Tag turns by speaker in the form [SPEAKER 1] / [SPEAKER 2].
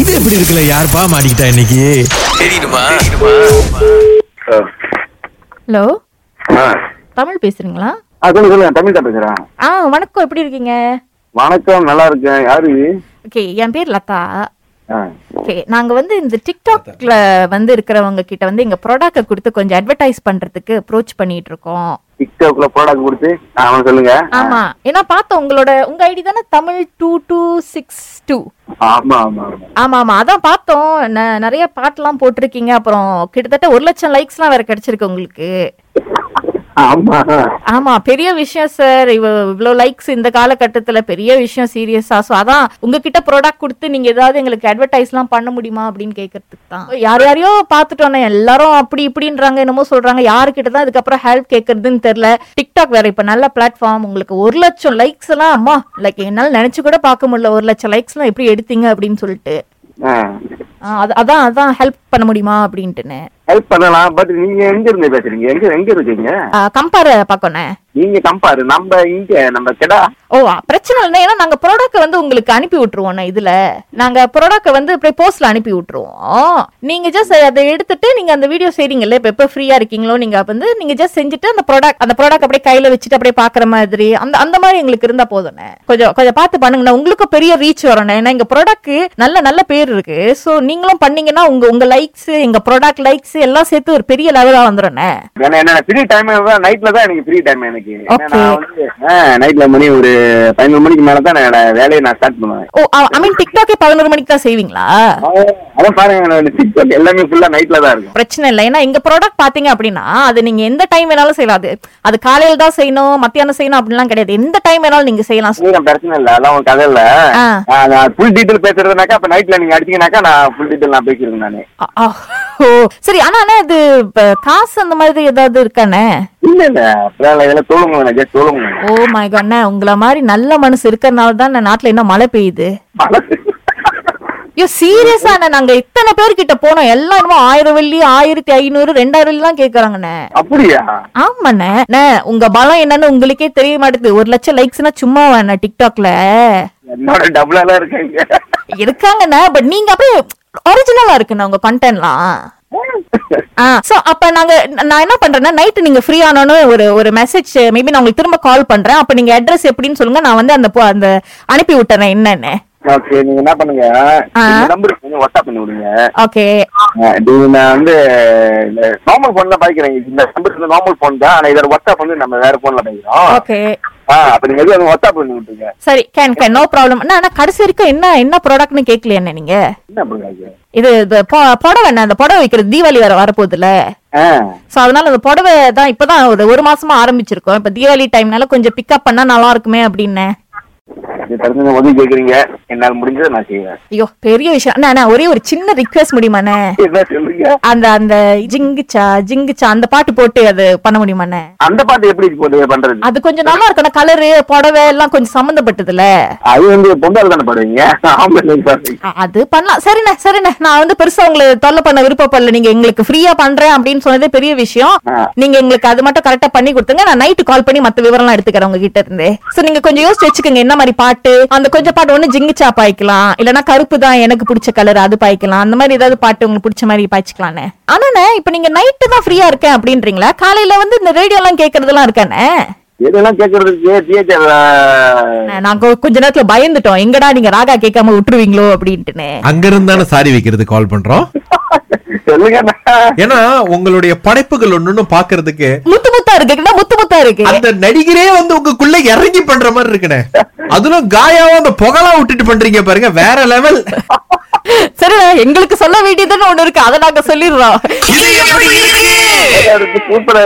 [SPEAKER 1] இது எப்படி இருக்குல்ல யாருப்பா மாட்டிக்கிட்டா இன்னைக்கு
[SPEAKER 2] ஆ.
[SPEAKER 3] ஹலோ
[SPEAKER 2] ஆ.
[SPEAKER 3] தமிழ் பேசுறீங்களா
[SPEAKER 2] ஆ, சொல்லுங்க சொல்லுங்க தமிழ் தான் பேசுறேன்
[SPEAKER 3] ஆ வணக்கம் எப்படி இருக்கீங்க
[SPEAKER 2] வணக்கம் நல்லா இருக்கேன் யாரு இது?
[SPEAKER 3] ஓகே என் பேர் லதா
[SPEAKER 2] ஆ.
[SPEAKER 3] ஓகே நாங்க வந்து இந்த டிக்டாக்ல வந்து இருக்கிறவங்க கிட்ட வந்து எங்க ப்ராடக்ட்டை கொடுத்து கொஞ்சம் அட்வர்டைஸ் பண்றதுக்கு அப்ரோச் பண்ணிட்டு இருக்கோம்
[SPEAKER 2] டிக்டாக்ல ப்ராடக்ட் கொடுத்து ஆ, அவன் சொல்லுங்க ஆ.
[SPEAKER 3] ஆமா ஏன்னா பார்த்தோம் உங்களோட உங்க ஐடி தானே Tamil two two six two
[SPEAKER 2] ஆமா ஆமா ஆமா
[SPEAKER 3] ஆமா ஆமா அதான் பார்த்தோம் ந- நிறைய பாட்டெல்லாம் போட்டிருக்கீங்க அப்புறம் கிட்டத்தட்ட ஒரு லட்சம் லைக்ஸ்லாம் வேற கிடைச்சிருக்கு உங்களுக்கு
[SPEAKER 2] ஆமா
[SPEAKER 3] ஆமா பெரிய விஷயம் சார் இவ இவ்வளோ லைக்ஸ் இந்த காலகட்டத்துல பெரிய விஷயம் சீரியஸா ஸோ அதான் உங்ககிட்ட ப்ராடக்ட் கொடுத்து நீங்க ஏதாவது எங்களுக்கு அட்வர்டைஸ்லாம் பண்ண முடியுமா அப்படின்னு கேட்கறதுக்கு தான் யார் யாரையோ பார்த்துட்டோன்னே எல்லாரும் அப்படி இப்படின்றாங்க என்னமோ சொல்றாங்க யாருக்கிட்ட தான் இதுக்கப்புறம் ஹெல்ப் கேட்கறதுன்னு தெரியல டிக்டாக் வேற இப்ப நல்ல பிளாட்ஃபார்ம் உங்களுக்கு ஒரு லட்சம் லைக்ஸ் எல்லாம் அம்மா லைக் என்னால நினைச்சு கூட பார்க்க முடியல ஒரு லட்சம் லைக்ஸ் எல்லாம் எப்படி எடுத்தீங்க அப்படின்னு சொல்லிட்டு ஆ, அது- அதான் அதான் ஹெல்ப் பண்ண முடியுமா அப்படின்ட்டுன்னு
[SPEAKER 2] ஹெல்ப் பண்ணலாம் பட் நீங்க எங்க இருந்து பேசுறீங்க எங்க எங்க இருக்கீங்க
[SPEAKER 3] கம்பேர் பார்க்கணே
[SPEAKER 2] நீங்க கம்பாரு நம்ம இங்க நம்ம கெடா
[SPEAKER 3] ஓ அ, பிரச்சனை இல்லை ஏன்னா நாங்க ப்ராடக்ட் வந்து உங்களுக்கு அனுப்பி விட்டுருவோம் நான் இதுல நாங்க ப்ராடக்ட் வந்து அப்படியே போஸ்ட்ல அனுப்பி விட்டுருவோம் நீங்க ஜஸ்ட் அதை எடுத்துட்டு நீங்க அந்த வீடியோ செய்றீங்கல்ல இப்ப எப்ப ஃப்ரீயா இருக்கீங்களோ நீங்க வந்து நீங்க ஜஸ்ட் செஞ்சுட்டு அந்த ப்ராடக்ட் அந்த ப்ராடக்ட் அப்படியே கையில வச்சுட்டு அப்படியே பாக்குற மாதிரி அந்த அந்த மாதிரி எங்களுக்கு இருந்தா போதும்ண்ணே கொஞ்சம் கொஞ்சம் பார்த்து பண்ணுங்கண்ணா உங்களுக்கும் பெரிய ரீச் வரணும் ஏன்னா எங்க ப்ராடக்ட் நல்ல நல்ல பேர் இருக்கு சோ நீங்களும் பண்ணீங்கன்னா உங்க உங்க லைக்ஸ் எங்க ப்ராடக்ட் லைக்ஸ் எல்லாம் சேர்த்து ஒரு பெரிய லெவலா வந்துடும்ண்ணே
[SPEAKER 2] ஏன்னா என்ன ஃப்ரீ டைம் தான் நைட்ல தான் எனக்கு ஃப்ரீ டைம் எனக்கு ஏன்னா
[SPEAKER 3] Okay.
[SPEAKER 2] நான் வந்து நைட்ல மணி ஒரு பதினோரு மணிக்கு மேல தான் நான் வேலையை நான் ஸ்டார்ட் பண்ணுவேன்
[SPEAKER 3] ஓ ஐ மீன் டிக்டாக்கே பதினோரு மணிக்கு தான் செய்வீங்களா
[SPEAKER 2] அதான் பாருங்க டிக்டாக் எல்லாமே ஃபுல்லா நைட்ல தான் இருக்கும்
[SPEAKER 3] பிரச்சனை இல்லை ஏன்னா எங்க ப்ராடக்ட் பாத்தீங்க அப்படின்னா அது நீங்க எந்த டைம் வேணாலும் செய்யலாம் அது அது காலையில தான் செய்யணும் மத்தியானம் செய்யணும் அப்படிலாம் கிடையாது எந்த டைம் வேணாலும் நீங்க செய்யலாம்
[SPEAKER 2] ஒண்ணும் பிரச்சனை இல்ல அதெல்லாம் உங்க கதை இல்ல
[SPEAKER 3] ஆ.
[SPEAKER 2] ஃபுல் டீட்டெயில் பேசுறதுனாக்கா அப்ப நைட்ல நீங்க அடிச்சீங்கனாக்கா நான் ஃபுல் டீட்டெயில் நான் பேசிருக்கேன் நானு
[SPEAKER 3] அ- ஆ, ஓ சரி ஆனா அண்ணா இது இப்ப காசு அந்த மாதிரி ஏதாவது இருக்கானே
[SPEAKER 2] இல்ல இல்ல அப்படிலாம் இல்ல இதெல்லாம் தோலுங்க வேணாம் ஜஸ்ட் தோலுங்க
[SPEAKER 3] ஓ மை அண்ணா உங்களை மாதிரி நல்ல மனசு இருக்கறனால தான் நான் நாட்டுல என்ன மழை பெய்யுது ஐயோ சீரியஸா அண்ணா நாங்க இத்தனை பேர்கிட்ட போனோம் எல்லாருமே ஆயிரம் வெள்ளி ஆயிரத்தி ஐநூறு ரெண்டாயிரம் வெள்ளி தான் கேக்குறாங்கண்ணே
[SPEAKER 2] அப்படியா
[SPEAKER 3] ஆமாண்ணே அண்ணே, உங்க பலம் என்னன்னு உங்களுக்கே தெரிய மாட்டேங்குது ஒரு லட்சம் லைக்ஸ்னா சும்மாவா அண்ணா டிக்டாக்ல
[SPEAKER 2] என்னோட டபுளாலாம் இருக்காங்க
[SPEAKER 3] இருக்காங்கண்ணா பட் நீங்க அப்படியே ஒரிஜினலா இருக்குண்ணா உங்க கண்டென்ட்லாம் ஆ சோ அப்ப நாங்க நான் என்ன பண்றேன்னா நைட் நீங்க ஃப்ரீ ஆனானோ ஒரு ஒரு மெசேஜ் மேபி நான் உங்களுக்கு திரும்ப கால் பண்றேன் அப்ப நீங்க அட்ரஸ் எப்படின்னு சொல்லுங்க நான் வந்து அந்த போ- அந்த அனுப்பி விட்டுறேன் என்னன்னு
[SPEAKER 2] ஓகே நீங்க என்ன பண்ணுங்க
[SPEAKER 3] ஆ.
[SPEAKER 2] நம்பர் கொஞ்சம் வாட்ஸ்அப் பண்ணி விடுங்க
[SPEAKER 3] ஓகே
[SPEAKER 2] ஆ, இது நான் வந்து நார்மல் போன்ல பாய்க்கிறேன் இந்த நம்பர் வந்து நார்மல் போன் தான் ஆனா இதோட வாட்ஸ்அப் வந்து நம்ம வேற போன்ல பாய்க்கிறோம்
[SPEAKER 3] ஓகே
[SPEAKER 2] ஆ அப்ப நீங்க எதுவும் வாட்ஸ்அப் பண்ணி விட்டுருங்க
[SPEAKER 3] சரி கேன் கேன் நோ ப்ராப்ளம் அண்ணா ஆனா கடைசி வரைக்கும் என்ன என்ன ப்ராடக்ட்னு கேட்கலையா அண்ணா நீங்க
[SPEAKER 2] என்ன பண்ணுங்க
[SPEAKER 3] இது இது பொ- புடவை அண்ணா அந்த புடவை வைக்கிறது தீபாவளி வர வரப்போகுதுல
[SPEAKER 2] ஆ
[SPEAKER 3] சோ அதனால அந்த புடவை தான் இப்பதான் ஒரு ஒரு மாசமா ஆரம்பிச்சிருக்கோம் இப்ப தீபாவளி டைம்னால கொஞ்சம் பிக்கப் பண்ணா நல்லா இருக்குமே அப்படின்னு
[SPEAKER 2] இது தெரிஞ்சு உதவி கேக்குறீங்க என்னால் முடிஞ்சதை நான் செய்வேன்
[SPEAKER 3] ஐயோ பெரிய விஷயம் அண்ணா, அண்ணா ஒரே ஒரு சின்ன ரிக்வெஸ்ட் முடியுமாண்ணே
[SPEAKER 2] என்ன சொல்லுங்க
[SPEAKER 3] அந்த அந்த ஜிங்குச்சா ஜிங்குச்சா அந்த பாட்டு போட்டு அது பண்ண முடியுமாண்ணே
[SPEAKER 2] அந்த பாட்டு எப்படி போட்டு பண்றது
[SPEAKER 3] அது கொஞ்சம் நல்லா இருக்கணும் கலரு புடவை எல்லாம் கொஞ்சம் சம்மந்தப்பட்டதுல
[SPEAKER 2] அது வந்து பொங்கல் தானே பாடுவீங்க ஆம்பளை பாடுவீங்க
[SPEAKER 3] அ- அது பண்ணலாம் சரிண்ணே சரிண்ணே நான் வந்து பெருசா உங்களை தொல்லை பண்ண விருப்பப்படல நீங்க எங்களுக்கு ஃப்ரீயா பண்றேன் அப்படின்னு சொன்னதே பெரிய விஷயம்
[SPEAKER 2] ஆ.
[SPEAKER 3] நீங்க எங்களுக்கு அது மட்டும் கரெக்டா பண்ணி கொடுத்துங்க நான் நைட்டு கால் பண்ணி மத்த விவரம்லாம் எடுத்துக்கிறேன் உங்ககிட்ட இருந்து சோ நீங்க கொஞ்சம் யோசிச்சு வச்சுக்கோங்க என்ன மாதிரி பாட்டு அந்த கொஞ்சம் பாட்டு ஒண்ணு ஜிங்குச்சா பாய்க்கலாம் இல்லனா கருப்பு தான் எனக்கு பிடிச்ச கலர் அது பாய்க்கலாம் அந்த மாதிரி ஏதாவது பாட்டு உங்களுக்கு பிடிச்ச மாதிரி பாய்ச்சிக்கலாம்ண்ணே ஆனாண்ணே இப்ப நீங்க நைட்டு தான் ஃப்ரீயா இருக்கேன் அப்படின்றீங்களா காலையில வந்து இந்த ரேடியோ எல்லாம் கேட்கறதெல்லாம் இருக்கானே
[SPEAKER 2] இதெல்லாம் கேட்கறதுக்கு தியேட்டர்
[SPEAKER 3] நாங்க கொஞ்ச நேரத்துல பயந்துட்டோம் எங்கடா நீங்க ராகா கேட்காம விட்டுருவீங்களோ அப்படின்ட்டுன்னு
[SPEAKER 1] அங்க இருந்தானே சாரி வைக்கிறது கால் பண்றோம்
[SPEAKER 2] சொல்லுங்க
[SPEAKER 1] ஏன்னா உங்களுடைய படைப்புகள் ஒண்ணுன்னு பாக்குறதுக்கு
[SPEAKER 3] முத்து முத்தா இருக்குன்னா முத்து முத்தா இருக்கு
[SPEAKER 1] அந்த நடிகரே வந்து உங்களுக்குள்ள இறங்கி பண்ற மாதிரி இருக்குனே அதுல காயாவும் அந்த புகழா விட்டுட்டு பண்றீங்க பாருங்க வேற லெவல்
[SPEAKER 3] சரி எங்களுக்கு சொல்ல வேண்டியதுன்னு ஒண்ணு இருக்கு அதை நாங்க சொல்லிடுறோம்
[SPEAKER 2] சூப்பரா